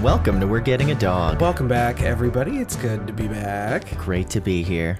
Welcome to We're Getting a Dog. Welcome back, everybody. It's good to be back. Great to be here.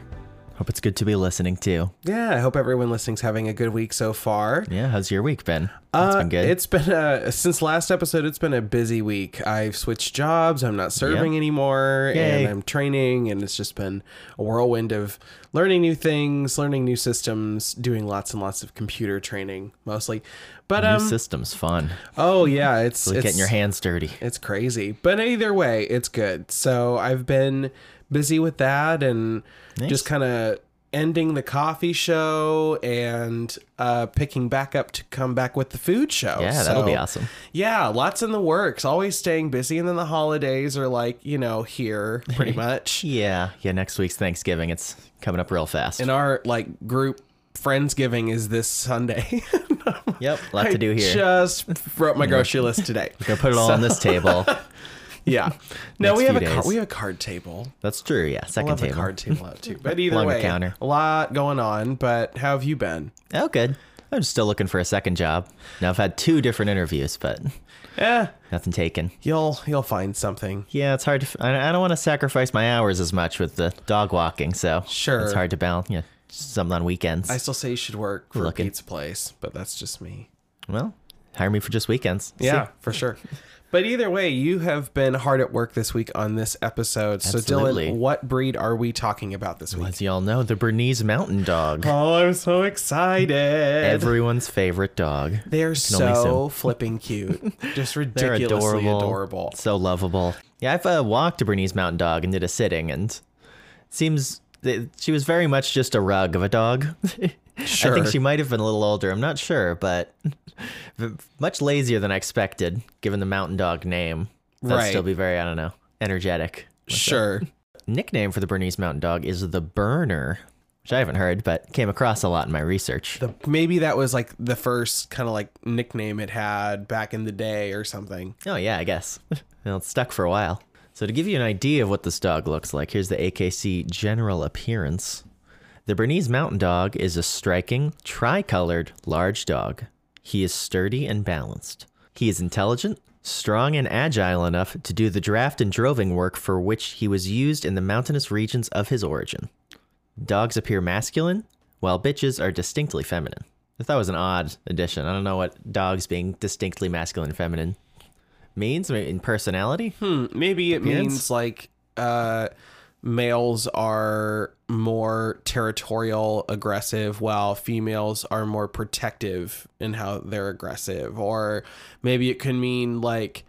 Hope it's good to be listening too. Yeah, I hope everyone listening's having a good week so far. Yeah, how's your week been? It's Uh, been good. It's been a, since last episode. It's been a busy week. I've switched jobs. I'm not serving anymore, Yay. and I'm training. And it's just been a whirlwind of learning new things, learning new systems, doing lots and lots of computer training mostly. But New um, system's fun. oh yeah, it's Like it's getting your hands dirty. It's crazy. But either way, it's good. So I've been busy with that and just kind of ending the coffee show and uh, picking back up to come back with the food show. Yeah, that'll be So, awesome. Yeah, lots in the works. Always staying busy. And then the holidays are like, you know, here pretty much. Yeah, yeah. Next week's Thanksgiving. It's coming up real fast. And our like group Friendsgiving is this Sunday. yep, lot to do I here. Just wrote my grocery list today. Gonna put it all on this table. Yeah. No, Next we have a few car- days. we have a card table. That's true. Yeah, second love table. the card table out too. But either Along the way, counter. a lot going on. But how have you been? Oh, good. I'm still looking for a second job. Now I've had two different interviews, but Eh, nothing taken. you'll you'll find something. Yeah, it's hard to. f- I I don't want to sacrifice my hours as much with the dog walking, so Sure. it's hard to balance. Yeah, something on weekends. I still say you should work for Looking. a pizza place, but that's just me. well, hire me for just weekends. Yeah, for sure. But either way, you have been hard at work this week on this episode. Absolutely. So, Dylan, what breed are we talking about this week? As y'all know, the Bernese Mountain Dog, Oh, I'm so excited. everyone's favorite dog. They're only so flipping cute. Just They're ridiculously adorable, adorable. so lovable. Yeah, I've uh, walked a Bernese Mountain Dog and did a sitting, and it seems that she was very much just a rug of a dog. I Sure. think she might have been a little older. I'm not sure, but v- much lazier than I expected, given the Mountain Dog name. That'd Right. still be very, I don't know, energetic. Sure. Nickname for the Bernese Mountain Dog is the Burner, which I haven't heard, but came across a lot in my research. the maybe that was like the first kind of like nickname it had back in the day or something. Oh yeah, I guess. well, it's stuck for a while. So to give you an idea of what this dog looks like, here's the AKC general appearance. The Bernese Mountain Dog is a striking, tricolored, large dog. He is sturdy and balanced. He is intelligent, strong, and agile enough to do the draft and droving work for which he was used in the mountainous regions of his origin. Dogs appear masculine, while bitches are distinctly feminine. I thought it was an odd addition. I don't know what dogs being distinctly masculine and feminine means I mean, in personality. Hmm, maybe it Opinions? means like uh males are more territorial aggressive while females are more protective in how they're aggressive or maybe it could mean like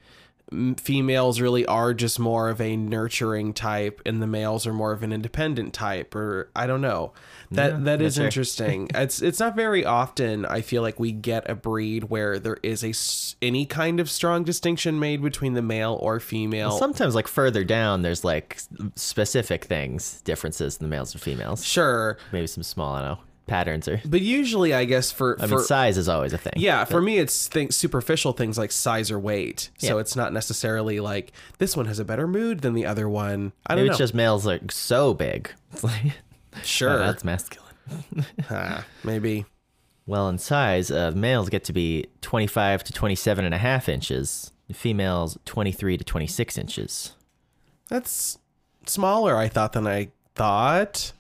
m- females really are just more of a nurturing type and the males are more of an independent type or I don't know. That that is fair. interesting. it's it's not very often I feel like we get a breed where there is a s- any kind of strong distinction made between the male or female. Sometimes, like further down, there's like s- specific things, differences in the males and females. sure, Maybe some small, I don't know, patterns or. but usually I guess for I for mean, size is always a thing. yeah, for me it's think superficial things like size or weight. So it's not necessarily like this one has a better mood than the other one. I don't Maybe know. it's just males are so big. It's like, oh, sure. uh, that's masculine. Huh, maybe. Well, in size, uh, males get to be 25 to 27 and a half inches, females 23 to 26 inches. That's smaller, I thought, than I thought.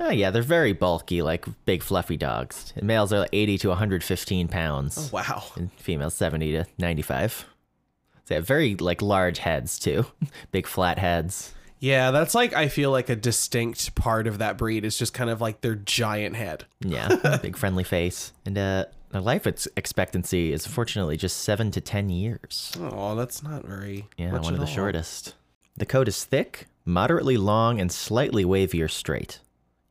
Oh, yeah, they're very bulky, like big fluffy dogs. And males are like 80 to 115 pounds. Wow. and females 70 to 95 they have very like large heads too big flat heads Yeah, that's like, I feel like a distinct part of that breed is just kind of like their giant head. yeah big friendly face and uh their life ex- expectancy is fortunately just 7 to 10 years Oh, that's not very. yeah much one of at the all. shortest the coat is thick moderately long and slightly wavy or straight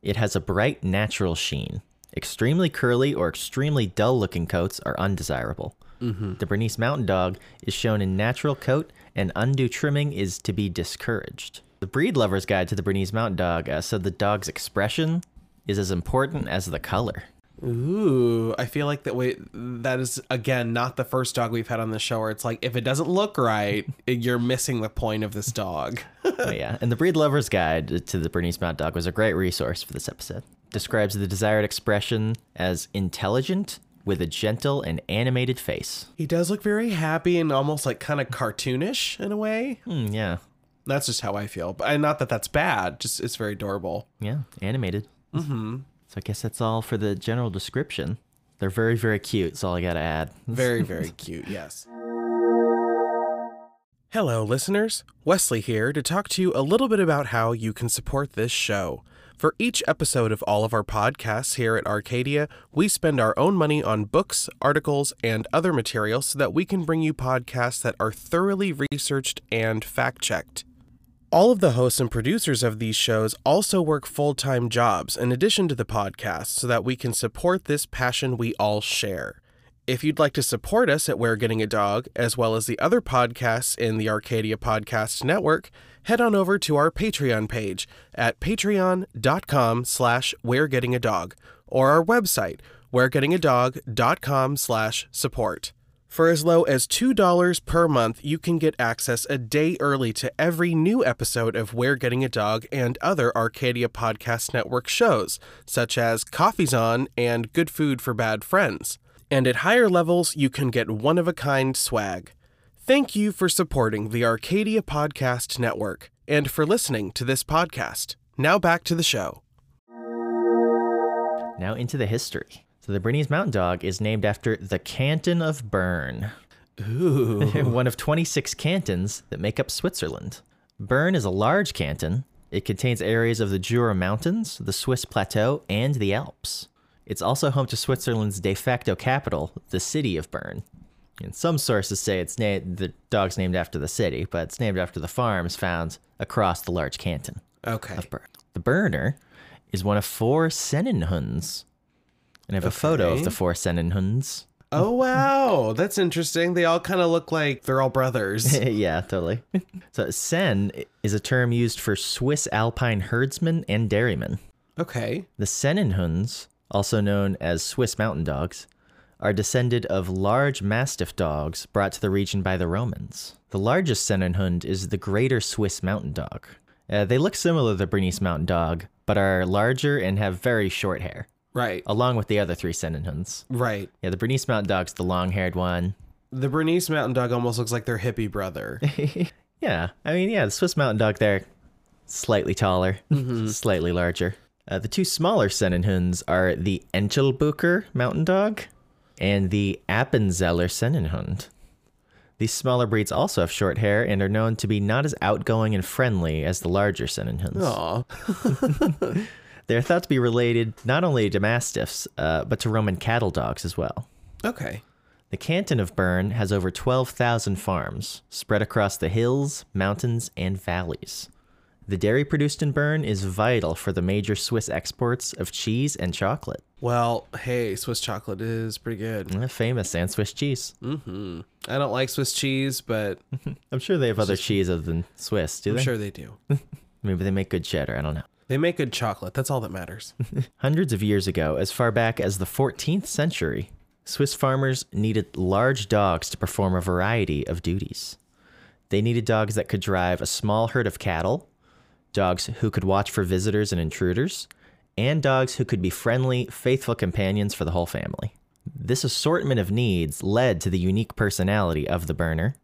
it has a bright natural sheen extremely curly or extremely dull looking coats are undesirable the bernese mountain dog is shown in natural coat and undue trimming is to be discouraged the breed lover's guide to the bernese mountain dog uh, said the dog's expression is as important as the color Ooh, I feel like that. Wait, that is again not the first dog we've had on the show where it's like if it doesn't look right, you're missing the point of this dog. Oh, yeah. And the Breed Lover's Guide to the Bernese Mountain Dog was a great resource for this episode. Describes the desired expression as intelligent, with a gentle and animated face. He does look very happy and almost like kind of cartoonish in a way. Hmm, yeah. That's just how I feel. But and not that that's bad. Just it's very adorable. Yeah, animated. hmm So I guess that's all for the general description. They're very, very cute. That's all I got to add. Very very cute. Yes. Hello, listeners. Wesley here to talk to you a little bit about how you can support this show. For each episode of all of our podcasts here at Arcadia, we spend our own money on books, articles, and other materials so that we can bring you podcasts that are thoroughly researched and fact checked. All of the hosts and producers of these shows also work full time jobs in addition to the podcast so that we can support this passion we all share. If you'd like to support us at We're Getting a Dog, as well as the other podcasts in the Arcadia Podcast Network, head on over to our Patreon page at patreon.com slash We're Getting a Dog, or our website, we'regettingadog.com slash support. For as low as $2 per month, you can get access a day early to every new episode of We're Getting a Dog and other Arcadia Podcast Network shows, such as Coffee's On and Good Food for Bad Friends. And at higher levels, you can get one of a kind swag. Thank you for supporting the Arcadia Podcast Network and for listening to this podcast. Now back to the show. Now into the history. So the Bernese Mountain Dog is named after the Canton of Bern, Ooh. one of 26 cantons that make up Switzerland. Bern is a large canton. It contains areas of the Jura Mountains, the Swiss Plateau, and the Alps. It's also home to Switzerland's de facto capital, the city of Bern. And some sources say it's na- the dog's named after the city, but it's named after the farms found across the large canton. Okay. Bern. The burner is one of four Sennenhunds. And I have a photo of Okay. the four Sennenhunds. Oh, wow. That's interesting. They all kind of look like they're all brothers. yeah, totally. so Sen is a term used for Swiss alpine herdsmen and dairymen. Okay. The Sennenhunds, also known as Swiss mountain dogs, are descended of large mastiff dogs brought to the region by the Romans. The largest Sennenhund is the greater Swiss mountain dog. Uh, they look similar to the Bernese mountain dog, but are larger and have very short hair. Right. along with the other three Sennenhunds. Right. Yeah, the Bernese Mountain Dog's the long-haired one. The Bernese Mountain Dog almost looks like their hippie brother. yeah, I mean, yeah, the Swiss Mountain Dog there, slightly taller, slightly larger. Uh, the two smaller Sennenhunds are the Enchelbucher Mountain Dog and the Appenzeller Sennenhund. These smaller breeds also have short hair and are known to be not as outgoing and friendly as the larger Sennenhunds. Aw. They're thought to be related not only to Mastiffs, uh, but to Roman cattle dogs as well. Okay. The canton of Bern has over 12,000 farms spread across the hills, mountains, and valleys. The dairy produced in Bern is vital for the major Swiss exports of cheese and chocolate. Well, hey, Swiss chocolate is pretty good. Eh, Famous and Swiss cheese. Mm. I don't like Swiss cheese, but I'm sure they have other cheese other than Swiss, do they? I'm sure they do. Maybe they make good cheddar, I don't know. They make good chocolate. That's all that matters. Hundreds of years ago, as far back as the 14th century, Swiss farmers needed large dogs to perform a variety of duties. They needed dogs that could drive a small herd of cattle, dogs who could watch for visitors and intruders, and dogs who could be friendly, faithful companions for the whole family. This assortment of needs led to the unique personality of the burner,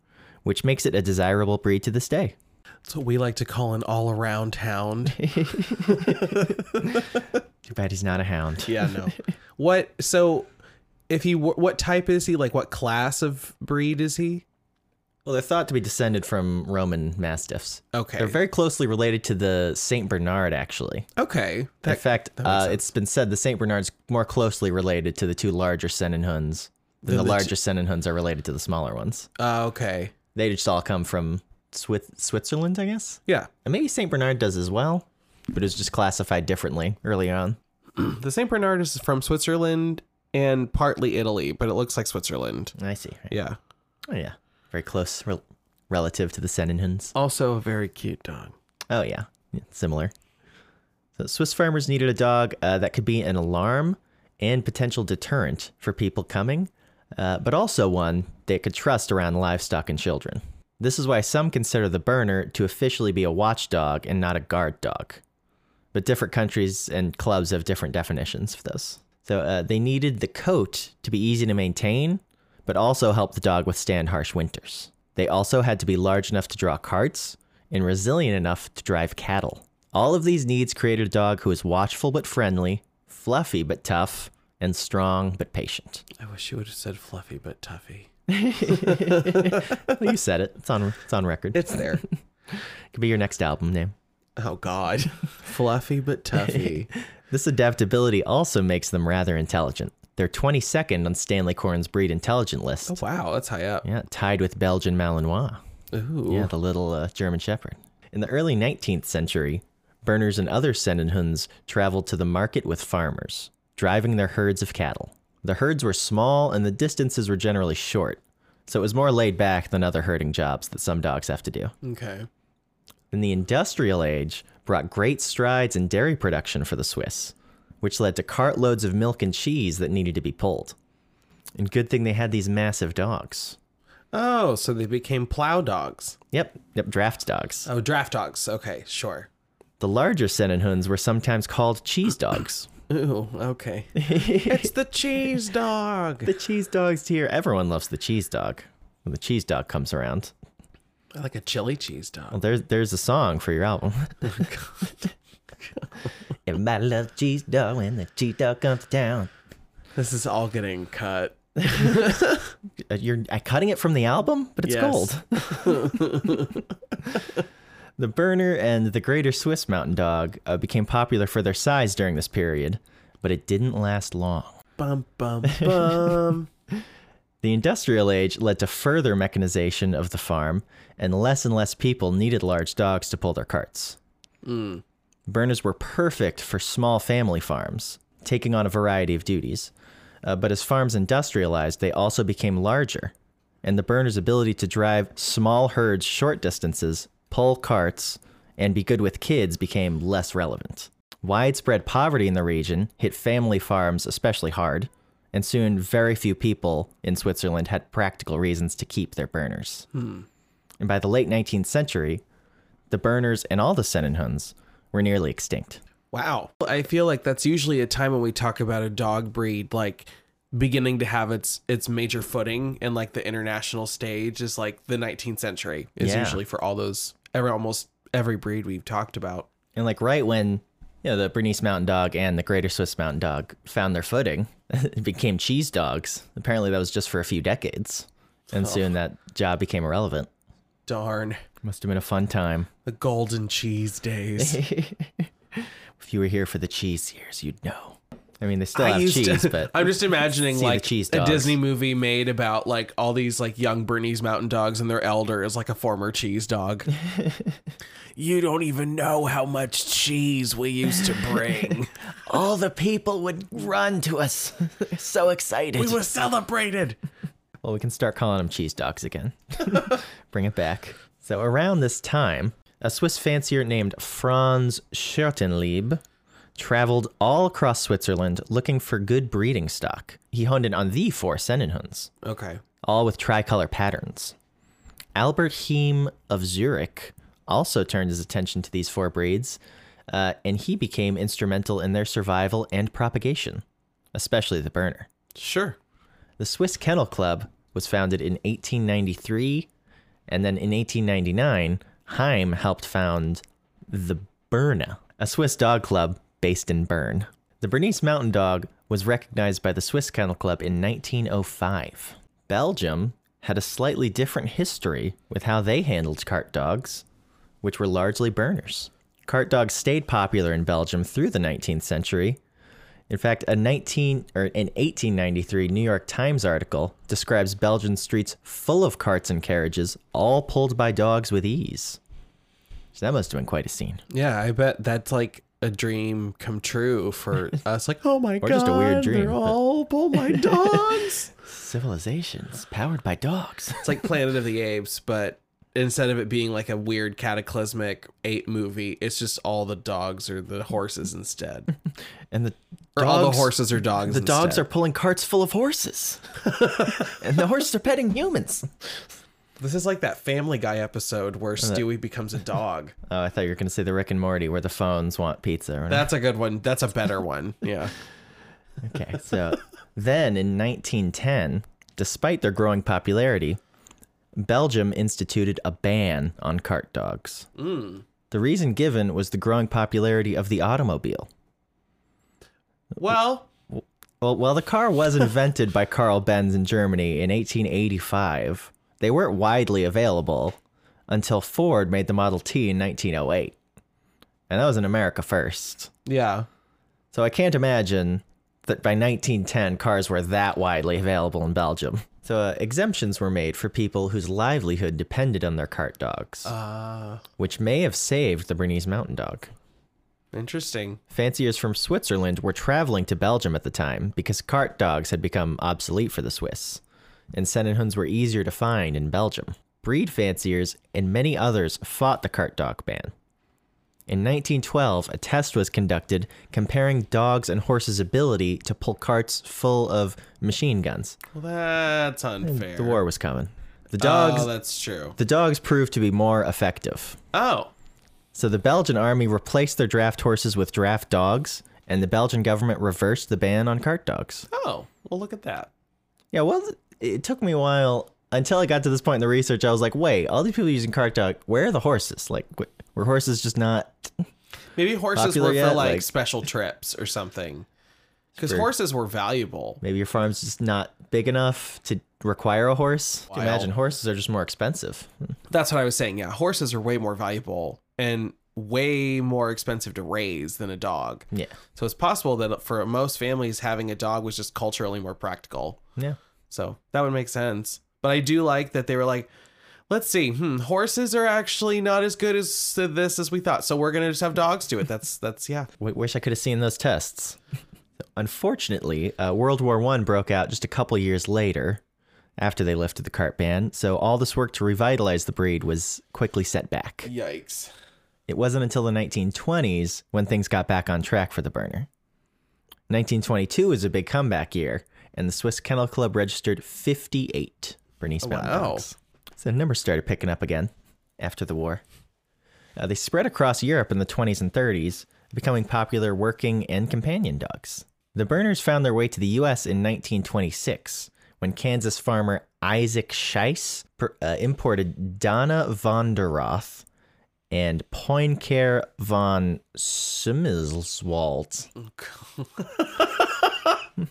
which makes it a desirable breed to this day. That's what we like to call an all around hound. Too bad he's not a hound. Yeah, no. what? So, if he, were- what type is he? Like, what class of breed is he? Well, they're thought to be descended from Roman mastiffs. Okay. They're very closely related to the Saint Bernard, actually. okay. In That, fact, uh, it's been said the Saint Bernard's more closely related to the two larger Sennenhunds than the, the larger Sennenhunds are related to the smaller ones. uh, okay. They just all come from Swiss- Switzerland, I guess, Yeah. and maybe Saint Bernard does as well, but it's just classified differently early on. The Saint Bernard is from Switzerland and partly Italy, but it looks like Switzerland. I see. Right. Yeah. Oh yeah, very close rel relative to the Sennenhunds. Also, a very cute dog. Oh yeah, Yeah, similar. So Swiss farmers needed a dog uh, that could be an alarm and potential deterrent for people coming, uh, but also one they could trust around livestock and children. This is why some consider the burner to officially be a watchdog and not a guard dog. But different countries and clubs have different definitions for this. The, uh, they needed the coat to be easy to maintain, but also help the dog withstand harsh winters. They also had to be large enough to draw carts and resilient enough to drive cattle. All of these needs created a dog who is watchful but friendly, fluffy but tough, and strong but patient. I wish you would have said fluffy but toughy. Well, you said it. It's on. It's on record. It It's there. could be your next album name. oh God, fluffy but toughy. This adaptability also makes them rather intelligent. They're 22nd on Stanley Korn's breed intelligent list. Oh, wow, that's high up. Yeah, tied with Belgian Malinois. Ooh, Yeah, the little uh, German Shepherd. In the early 19th century, Berners and other Sendenhunds traveled to the market with farmers, driving their herds of cattle. The herds were small and the distances were generally short, so it was more laid back than other herding jobs that some dogs have to do. okay. Then the industrial age brought great strides in dairy production for the Swiss, which led to cartloads of milk and cheese that needed to be pulled. And good thing they had these massive dogs. Oh, so they became plow dogs. Yep, yep, draft dogs. Oh, draft dogs. Okay, sure. The larger Sennenhunds were sometimes called cheese dogs. Ooh, okay. it's the cheese dog. the cheese dog's here. Everyone loves the cheese dog. When the cheese dog comes around, I like a chili cheese dog. well, there's there's a song for your album. Everybody loves cheese dog when the cheese dog comes to town. This is all getting cut. Uh, You're uh, cutting it from the album, but it's Yes. gold. the Berner and the Greater Swiss Mountain Dog uh, became popular for their size during this period, but it didn't last long. Bum bum bum. The industrial age led to further mechanization of the farm, and less and less people needed large dogs to pull their carts. Burners were perfect for small family farms, taking on a variety of duties. Uh, but as farms industrialized, they also became larger, and the burner's ability to drive small herds short distances, pull carts, and be good with kids became less relevant. Widespread poverty in the region hit family farms especially hard, and soon very few people in Switzerland had practical reasons to keep their burners. And by the late 19th century, the burners and all the Sennenhunds were nearly extinct. Wow. I feel like that's usually a time when we talk about a dog breed like beginning to have its its major footing and like the international stage is like the 19th century is Yeah. usually for all those every almost every breed we've talked about. And like right when you know the Bernese Mountain Dog and the Greater Swiss Mountain Dog found their footing, it became cheese dogs. Apparently that was just for a few decades, and Oh. soon that job became irrelevant. Darn. Must have been a fun time. The golden cheese days. If you were here for the cheese years, you'd know. I mean, they still I have used to- cheese, but I'm just imagining See the like cheese a dogs. Disney movie made about like all these like young Bernese mountain dogs and their elder is like a former cheese dog. you don't even know how much cheese we used to bring. all the people would run to us. They're so excited. we were celebrated. Well, we can start calling them cheese dogs again. Bring it back. So, around this time, a Swiss fancier named Franz Schertenlieb traveled all across Switzerland looking for good breeding stock. He honed in on the four Sennenhunds, Okay. all with tricolor patterns. Albert Heim of Zurich also turned his attention to these four breeds, uh, and he became instrumental in their survival and propagation, especially the Berner. Sure. The Swiss Kennel Club was founded in 1893, and then in 1899, Heim helped found the Berna, a Swiss dog club based in Bern. The Bernese Mountain Dog was recognized by the Swiss Kennel Club in 1905. Belgium had a slightly different history with how they handled cart dogs, which were largely Berners. Cart dogs stayed popular in Belgium through the 19th century, in fact, a 19 or an 1893 New York Times article describes Belgian streets full of carts and carriages, all pulled by dogs with ease. So that must have been quite a scene, Yeah, I bet that's like a dream come true for us. Like, oh my god, just a weird dream, They're but- all oh my dogs. civilizations powered by dogs. it's like Planet of the Apes, but instead of it being like a weird cataclysmic ape movie, it's just all the dogs or the horses instead. And the Or all the dogs- horses are dogs. The dogs are pulling carts full of horses, and the horses are petting humans. This is like that Family Guy episode where Stewie becomes a dog. Oh, I thought you were going to say the Rick and Morty where the phones want pizza. Or That's a good one. That's a better one. Yeah. Okay, so then in 1910, despite their growing popularity, Belgium instituted a ban on cart dogs. The reason given was the growing popularity of the automobile. Well, Well, while the car was invented by Carl Benz in Germany in 1885, they weren't widely available until Ford made the Model T in 1908. And that was in America first. yeah. So I can't imagine that by 1910 cars were that widely available in Belgium. So uh, exemptions were made for people whose livelihood depended on their cart dogs, Uh, which may have saved the Bernese Mountain Dog. interesting. Fanciers from Switzerland were traveling to Belgium at the time because cart dogs had become obsolete for the Swiss, and Sennenhunds were easier to find in Belgium. Breed fanciers and many others fought the cart dog ban. In 1912, a test was conducted comparing dogs and horses' ability to pull carts full of machine guns. Well, that's unfair. The war was coming. The dogs, Dogs. Oh, that's true. the dogs proved to be more effective. Oh, So the Belgian army replaced their draft horses with draft dogs, and the Belgian government reversed the ban on cart dogs. oh. Well, look at that. Yeah, well, th- it took me a while until I got to this point in the research. I was like, wait, all these people using cart dog, where are the horses? Like, wh- were horses just not? Maybe horses Popular were for yet? like, Like- special trips or something. Because For- horses were valuable. Maybe your farm's just not big enough to require a horse. Wild. Imagine horses are just more expensive. That's what I was saying. Yeah, horses are way more valuable and way more expensive to raise than a dog. Yeah, So it's possible that for most families, having a dog was just culturally more practical. yeah. So that would make sense. But I do like that they were like, let's see, hmm, horses are actually not as good as this as we thought. So we're gonna just have dogs do it. That's that's yeah. W- wish I could have seen those tests. Unfortunately, uh, World War One broke out just a couple years later, after they lifted the cart ban. So all this work to revitalize the breed was quickly set back. Yikes. It wasn't until the 1920s when things got back on track for the burner. 1922 was a big comeback year, and the Swiss Kennel Club registered 58 Bernese Mountain Oh, Wow. Dogs. So numbers started picking up again after the war. Uh, they spread across Europe in the 20s and 30s, becoming popular working and companion dogs. The Berners found their way to the U.S. in 1926 when Kansas farmer Isaac Scheiss per, uh, imported Donna von der Roth and Poincare von Simmelswald.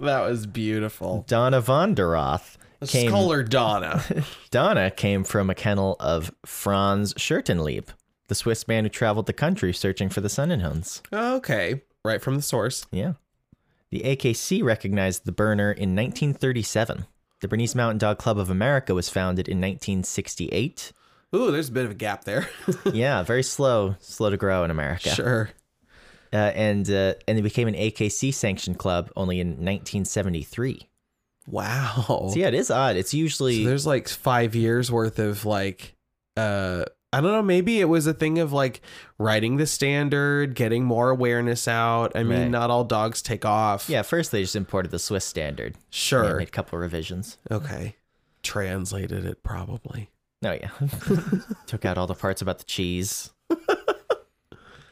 That was beautiful. Donna von der Roth Let's just came call her Donna. Donna came from a kennel of Franz Schertenlieb, the Swiss man who traveled the country searching for the Sonnenhunds. okay. Right from the source. Yeah. The AKC recognized the burner in 1937. The Bernese Mountain Dog Club of America was founded in 1968. Ooh, there's a bit of a gap there. yeah, very slow, slow to grow in America. Sure. Uh, and uh, and they became an AKC sanctioned club only in 1973. Wow. So yeah, it is odd. It's So usually there's like five years worth of like uh I don't know, maybe it was a thing of like writing the standard, getting more awareness out. I mean, Right. not all dogs take off. yeah. First, they just imported the Swiss standard. Yeah, Sure. made a couple revisions. Okay. Translated it probably. Oh yeah. Took out all the parts about the cheese.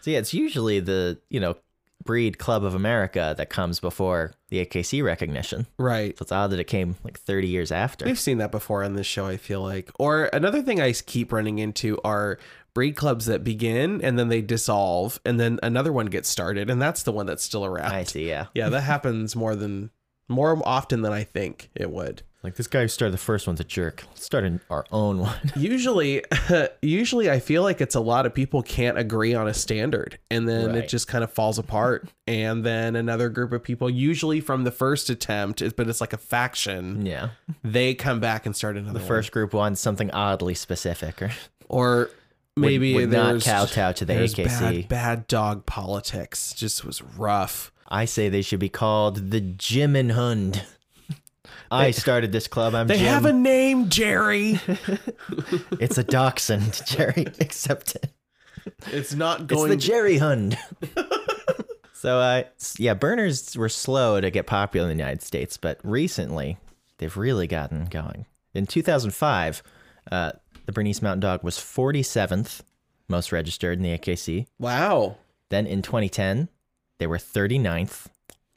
so yeah, it's usually the, you know, breed club of America that comes before the AKC recognition. Right. So it's odd that it came like 30 years after. We've seen that before on this show, I feel like. Or another thing I keep running into are breed clubs that begin and then they dissolve and then another one gets started and that's the one that's still around. I see, yeah. Yeah, that happens more than more often than I think it would. Like this guy who started the first one's a jerk. Let's start an, our own one. usually usually i feel like it's a lot of people can't agree on a standard and then it Right. just kind of falls apart and then another group of people usually from the first attempt it- but it's like a faction yeah. they come back and start another Mm-hmm. The first group wants something oddly specific or one. or maybe would not there's kowtow to the there's AKC. bad, bad dog politics just was rough I say they should be called the Jim and Hund. I started this club. I'm they Jim. have a name jerry it's a dachshund, Jerry. Accept it. it's not going It's the Jerry Hund. so, uh, s- yeah, burners were slow to get popular in the United States, but recently they've really gotten going. In 2005, uh, the Bernese Mountain Dog was 47th most registered in the AKC. wow Then in 2010, they were 39th.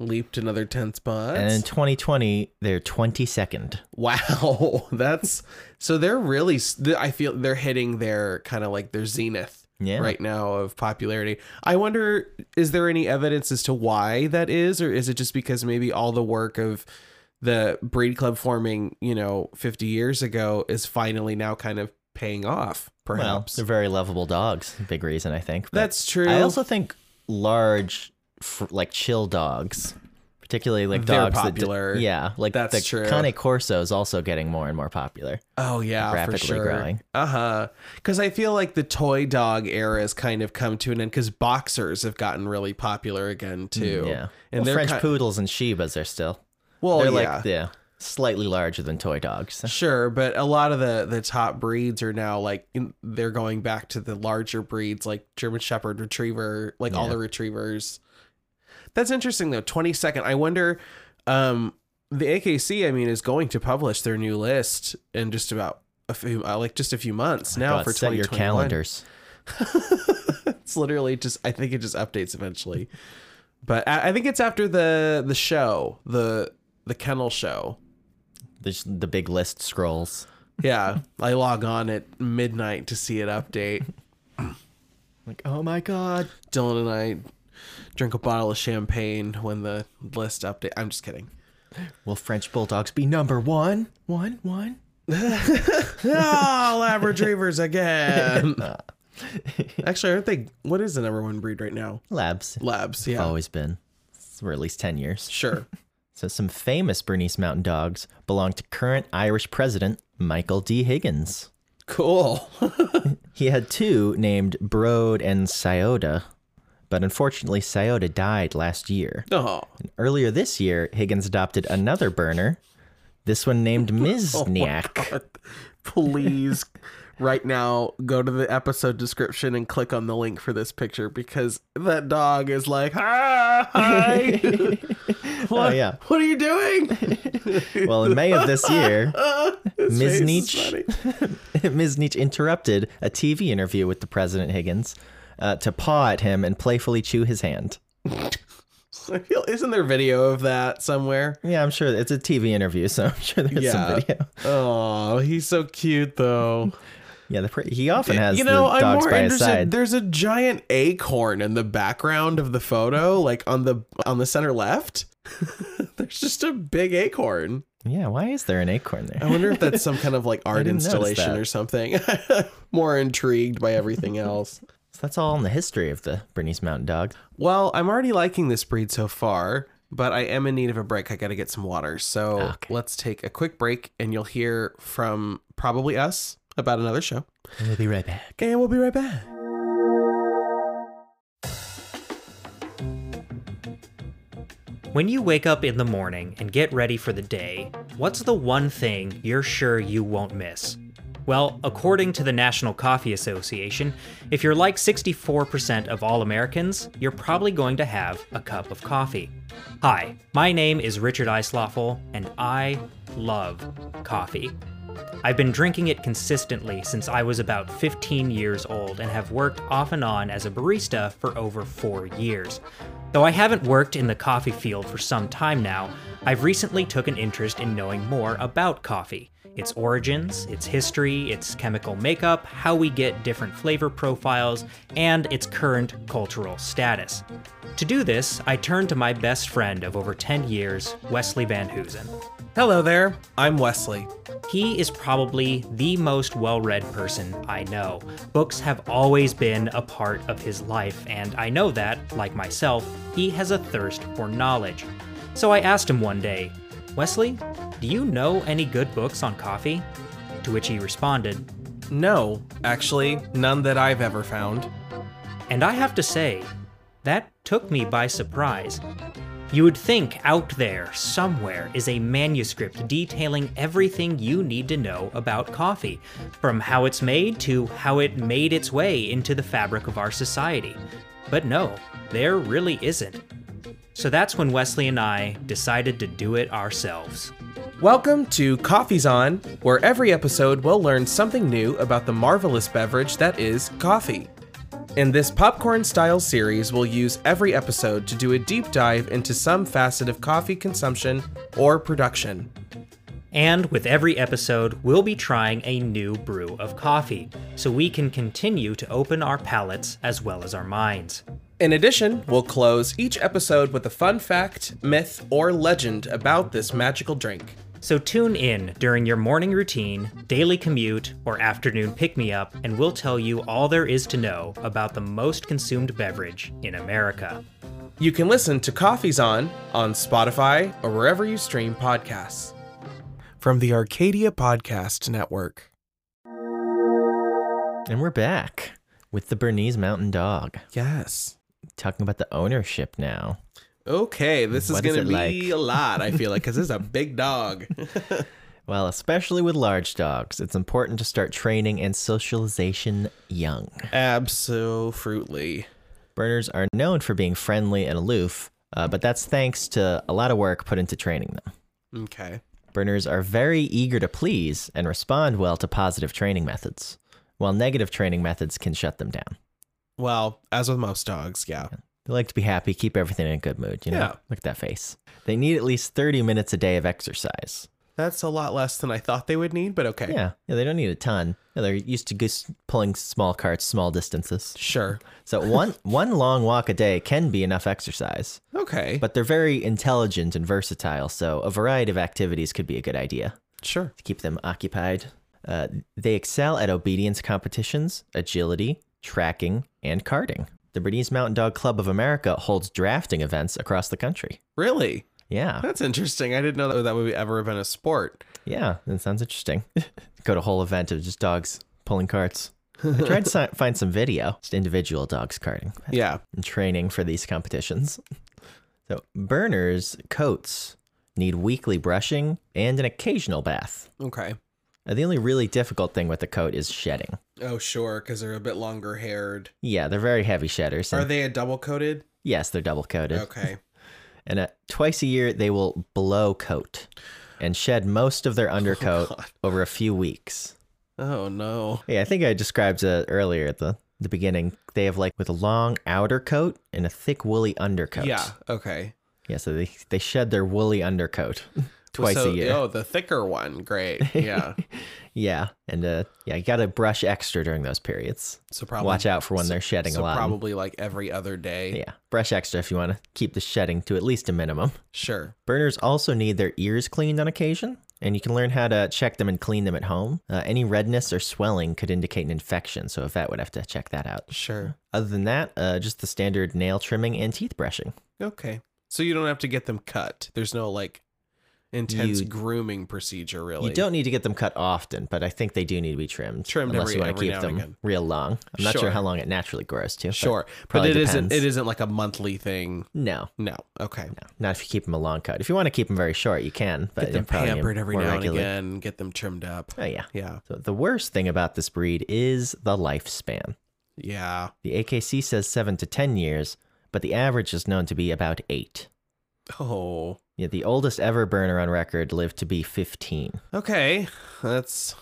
leaped another 10 spots. And in 2020, they're 22nd. wow. That's so they're really, s- th- I feel they're hitting their kind of like their zenith Yeah. right now of popularity. I wonder, is there any evidence as to why that is? Or is it just because maybe all the work of the breed club forming, you know, 50 years ago is finally now kind of paying off, Well, perhaps? they're very lovable dogs. Big reason, I think. But That's true. I also think large, fr- like chill dogs, particularly like They're dogs popular. that d- yeah, like That's the true. Cane Corso is also getting more and more popular. Oh yeah, rapidly for sure. growing. Uh huh. Because I feel like the toy dog era has kind of come to an end. Because boxers have gotten really popular again too. Mm, Yeah, and and they're French ki- poodles and Shibas are still. Well, they're yeah, like yeah, slightly larger than toy dogs. sure, but a lot of the the top breeds are now like in, they're going back to the larger breeds, like German Shepherd, Retriever, like all Yeah. the retrievers. That's interesting though. Twenty second. I wonder. Um, the AKC, I mean, is going to publish their new list in just about a few, uh, like just a few months now God, for set twenty your twenty one. calendars. it's literally just i think it just updates eventually but i, I think it's after the the show the the kennel show There's the big list scrolls. yeah i log on at midnight to see it update Like oh my god, dylan and i drink a bottle of champagne when the list update i'm just kidding will French bulldogs be number one? One one. oh lab retrievers again actually aren't they what is the number one breed right now Labs labs yeah always been for at least ten years. sure So some famous Bernese Mountain Dogs belong to current Irish president Michael D. Higgins. cool He had two named Broad and Scioto, but unfortunately Scioto died last year. oh Earlier this year, Higgins adopted another burner, this one named Mizniak. please right now go to the episode description and click on the link for this picture because that dog is like hi what, Oh, yeah. what are you doing Uh, well, in May of this year, His face is Miznich. funny. Miznich interrupted a TV interview with the President Higgins uh, to paw at him and playfully chew his hand. I feel, isn't there video of that somewhere Yeah, I'm sure it's a TV interview, so I'm sure there's Yeah. some video. oh he's so cute though Yeah, the pre- he often has you know the i'm dogs more by his interested side. there's a giant acorn in the background of the photo like on the on the center left there's just a big acorn yeah, why is there an acorn there? I wonder if that's some kind of like art didn't notice installation that. or something. More intrigued by everything else. So that's all in the history of the Bernese Mountain Dog. well, I'm already liking this breed so far, but I am in need of a break. I got to get some water. So Okay. let's take a quick break and you'll hear from probably us about another show. We'll be right back. And we'll be right back. When you wake up in the morning and get ready for the day, what's the one thing you're sure you won't miss? Well, according to the National Coffee Association, if you're like 64% of all Americans, you're probably going to have a cup of coffee. Hi, my name is Richard Eisloffel, and I love coffee. I've been drinking it consistently since I was about 15 years old and have worked off and on as a barista for over four years. Though I haven't worked in the coffee field for some time now, I've recently took an interest in knowing more about coffee. Its origins, its history, its chemical makeup, how we get different flavor profiles, and its current cultural status. To do this, I turned to my best friend of over 10 years, Wesley Van Hoosen. Hello there. I'm Wesley. He is probably the most well read person I know. Books have always been a part of his life, and I know that, like myself, he has a thirst for knowledge. So I asked him one day, Wesley, do you know any good books on coffee? To which he responded, No, actually, none that I've ever found. And I have to say, that took me by surprise. You would think out there, somewhere, is a manuscript detailing everything you need to know about coffee, from how it's made to how it made its way into the fabric of our society. But no, there really isn't. So that's when Wesley and I decided to do it ourselves. Welcome to Coffee's On, where every episode we'll learn something new about the marvelous beverage that is coffee. In this popcorn style series, we'll use every episode to do a deep dive into some facet of coffee consumption or production. And with every episode, we'll be trying a new brew of coffee, so we can continue to open our palates as well as our minds. In addition, we'll close each episode with a fun fact, myth, or legend about this magical drink. So tune in during your morning routine, daily commute, or afternoon pick me up, and we'll tell you all there is to know about the most consumed beverage in America. You can listen to Coffees On on Spotify or wherever you stream podcasts. From the Arcadia Podcast Network. And we're back with the Bernese Mountain Dog. Yes. Talking about the ownership now. Okay, this is What is going to be it a lot, I feel like, because this is a big dog. Well, especially with large dogs, it's important to start training and socialization young. Absolutely. Berners are known for being friendly and aloof, uh, but that's thanks to a lot of work put into training them. Okay. Berners are very eager to please and respond well to positive training methods, while negative training methods can shut them down. Well, as with most dogs, yeah. They like to be happy, keep everything in a good mood, you know? Yeah. Look at that face. They need at least 30 minutes a day of exercise. That's a lot less than I thought they would need, but okay. Yeah, yeah they don't need a ton. Yeah, they're used to goose pulling small carts, small distances. Sure. So one one long walk a day can be enough exercise, Okay. but they're very intelligent and versatile, so a variety of activities could be a good idea sure. to keep them occupied. Uh, they excel at obedience competitions, agility, tracking, and carting. The Bernese Mountain Dog Club of America holds drafting events across the country. Really? Yeah, That's interesting. I didn't know that, that would ever have been a sport. yeah, that sounds interesting. Go to a whole event of just dogs pulling carts. I tried to si- find some video, just individual dogs carting. Yeah. and training for these competitions. So, burners' coats need weekly brushing and an occasional bath. Okay. Now, the only really difficult thing with the coat is shedding. Oh, sure, because they're a bit longer haired. Yeah, they're very heavy shedders. and- Are they a double coated? yes, they're double coated. Okay. And uh, twice a year, they will blow coat and shed most of their undercoat Oh, God. over a few weeks. Oh, no. Yeah, I think I described uh, earlier at the, the beginning. They have like with a long outer coat and a thick woolly undercoat. Yeah. Okay. Yeah, so they, they shed their woolly undercoat twice So- a year. Oh, the thicker one. Great. Yeah. Yeah, and uh, yeah, you gotta brush extra during those periods. So probably. Watch out for when they're shedding a So lot. probably like every other day. yeah, brush extra if you want to keep the shedding to at least a minimum. Sure. Burners also need their ears cleaned on occasion, and you can learn how to check them and clean them at home. Uh, any redness or swelling could indicate an infection, so a vet would have to check that out. Sure. Other than that, uh, just the standard nail trimming and teeth brushing. Okay. So you don't have to get them cut. There's no like intense You- grooming procedure, really. You don't need to get them cut often, but I think they do need to be trimmed, Trimmed unless every- you want to every keep now and them again. real long. I'm not sure. Sure. how long it naturally grows to. but Sure. But probably it depends. not It isn't like a monthly thing. No, No. Okay. No, not if you keep them a long cut. If you want to keep them very short, you can. But Get them they're Uh, probably pampered every more now regular- and again. Get them trimmed up. Oh yeah. Yeah. So the worst thing about this breed is the lifespan. Yeah. The AKC says seven to ten years, but the average is known to be about eight. Oh. Yeah, the oldest ever burner on record lived to be fifteen. Okay. That's.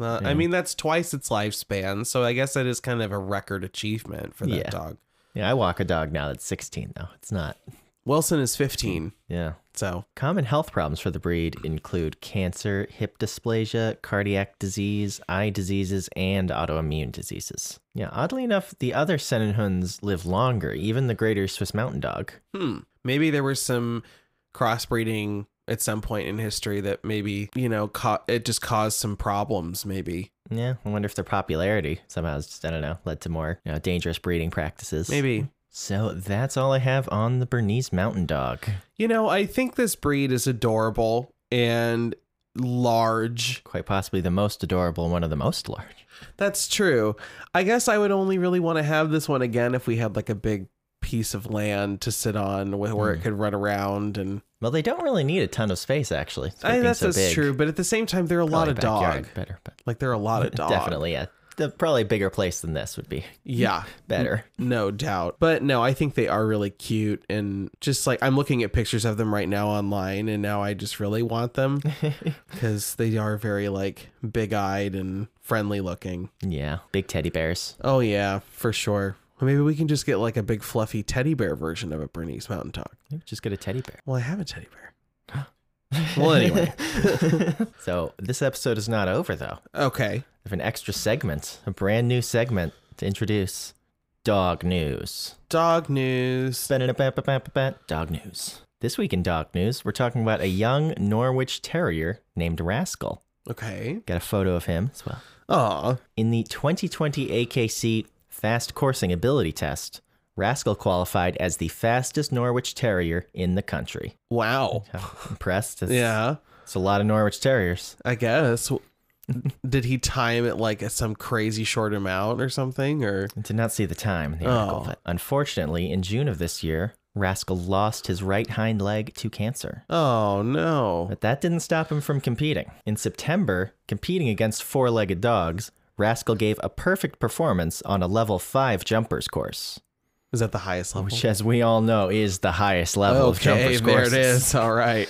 Uh, I Yeah. mean, that's twice its lifespan. So I guess that is kind of a record achievement for that Yeah. dog. Yeah, I walk a dog now that's sixteen though. It's not. Wilson is 15. Yeah. So Common health problems for the breed include cancer, hip dysplasia, cardiac disease, eye diseases, and autoimmune diseases. Yeah, oddly enough, the other Sennenhunds live longer, even the greater Swiss mountain dog. hmm, maybe there was some crossbreeding at some point in history that maybe you know ca- it just caused some problems. Maybe, Yeah, I wonder if their popularity somehow, is just, I don't know, led to more you know, dangerous breeding practices. maybe So that's all I have on the Bernese mountain dog. you know. I think this breed is adorable and large. Quite possibly the most adorable and one of the most large. That's true. I guess I would only really want to have this one again if we had like a big piece of land to sit on wh- where Hmm. it could run around and Well, they don't really need a ton of space, actually. for I, being that's, so that's big. true but at the same time they're a lot Probably of backyard dog Better, but like they're a lot of dog Definitely, yeah. the probably bigger place than this would be Yeah. better. No doubt. But no, I think they are really cute and just like I'm looking at pictures of them right now online and now I just really want them cuz they are very like big-eyed and friendly looking. Yeah, big teddy bears. Oh yeah, for sure. Or Maybe we can just get like a big fluffy teddy bear version of a Bernese Mountain Dog. Maybe just get a teddy bear. Well, I have a teddy bear. well, anyway. So this episode is not over though. Okay. We have an extra segment, a brand new segment to introduce. Dog news. Dog news. Ba-da-da-ba-ba-ba-ba. Dog news. This week in dog news, we're talking about a young Norwich Terrier named Rascal. Okay. Got a photo of him as well. Aw. In the 2020 AKC Fast Coursing Ability Test, Rascal qualified as the fastest Norwich Terrier in the country. Wow. How impressed? It's, Yeah. It's a lot of Norwich Terriers. I guess. Did he time it like at some crazy short amount or something? Or I did not see the time in the article, Oh. but unfortunately, in June of this year, Rascal lost his right hind leg to cancer. oh no, But that didn't stop him from competing. In September, competing against four legged dogs, Rascal gave a perfect performance on a level 5 jumpers course, is that the highest level? which, as we all know, is the highest Oh, level of okay, jumpers there courses. it is. All right,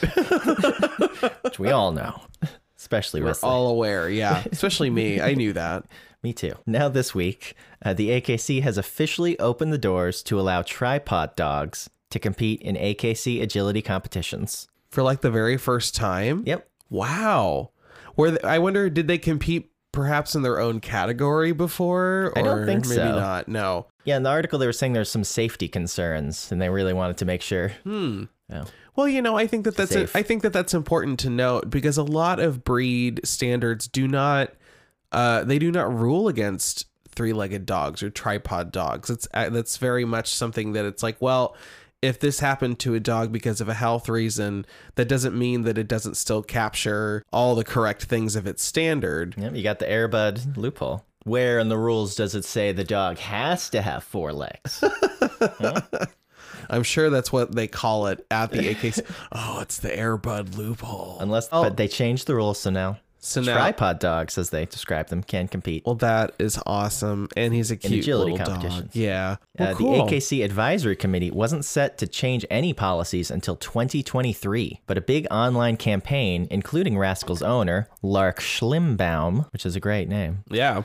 Which we all know, especially we're Wesley. all aware. Yeah, especially me. I knew that. Me too. Now, this week, uh, the AKC has officially opened the doors to allow tripod dogs to compete in AKC agility competitions. For like the very first time. Yep. Wow. Where the, I wonder, did they compete perhaps in their own category before? Or I don't think maybe so. not. No. Yeah, in the article, they were saying there's some safety concerns, and they really wanted to make sure. Hmm. Oh. Well, you know, I think that that's Safe. I think that that's important to note because a lot of breed standards do not uh they do not rule against three-legged dogs or tripod dogs. It's uh, that's very much something that it's like, well, if this happened to a dog because of a health reason, that doesn't mean that it doesn't still capture all the correct things of its standard. Yep, you got the Airbud loophole. Where in the rules does it say the dog has to have four legs? I'm sure that's what they call it at the AKC. oh, it's the Airbud loophole. Unless, but they changed the rules, so now Oh. so now, tripod dogs, as they describe them, can compete. Well, that is awesome, and he's a cute agility little dog. competitions. Yeah, uh, Well, cool. The AKC Advisory Committee wasn't set to change any policies until 2023, but a big online campaign, including Rascal's owner, Lark Schlimbaum, which is a great name, Yeah.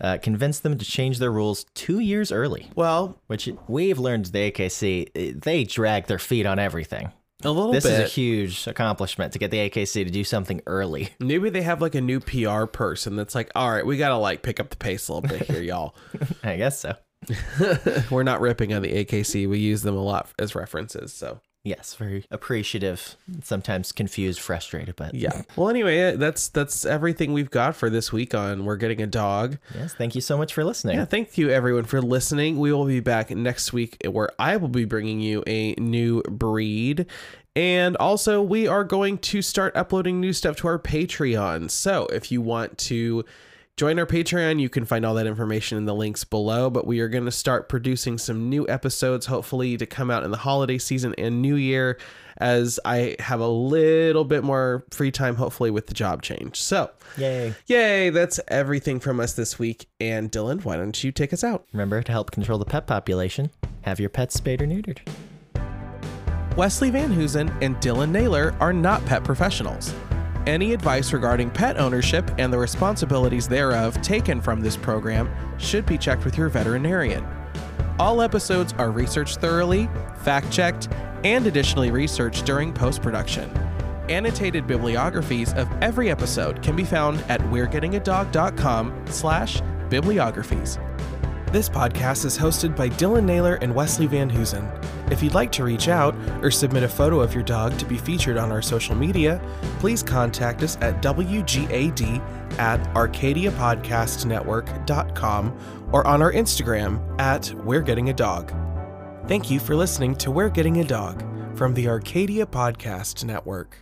uh, convinced them to change their rules two years early. Well, Which we've learned the AKC, uh, they drag their feet on everything. a little This bit. is a huge accomplishment to get the AKC to do something early. Maybe they have like a new PR person that's like, all right, we gotta like pick up the pace a little bit here, y'all. I guess so. We're not ripping on the AKC. We use them a lot as references. So Yes, very appreciative, sometimes confused, frustrated, but yeah. Well, anyway, that's that's everything we've got for this week. On we're getting a dog. yes, thank you so much for listening. Yeah, thank you everyone for listening. We will be back next week where I will be bringing you a new breed. And also, we are going to start uploading new stuff to our Patreon. So if you want to join our Patreon, you can find all that information in the links below. But we are going to start producing some new episodes, hopefully, to come out in the holiday season and New Year, as I have a little bit more free time, hopefully, with the job change. So. Yay. Yay, that's everything from us this week. And Dylan, why don't you take us out? Remember to help control the pet population, have your pets spayed or neutered. Wesley Van Hoosen and Dylan Naylor are not pet professionals. Any advice regarding pet ownership and the responsibilities thereof taken from this program should be checked with your veterinarian. All episodes are researched thoroughly, fact checked, and additionally researched during post production. Annotated bibliographies of every episode can be found at we'regettingadog.com slash bibliographies. This podcast is hosted by Dylan Naylor and Wesley Van Hoosen. If you'd like to reach out or submit a photo of your dog to be featured on our social media, please contact us at WGAD at ArcadiaPodcastNetwork.com or on our Instagram at We're Getting a Dog. Thank you for listening to We're Getting a Dog from the Arcadia Podcast Network.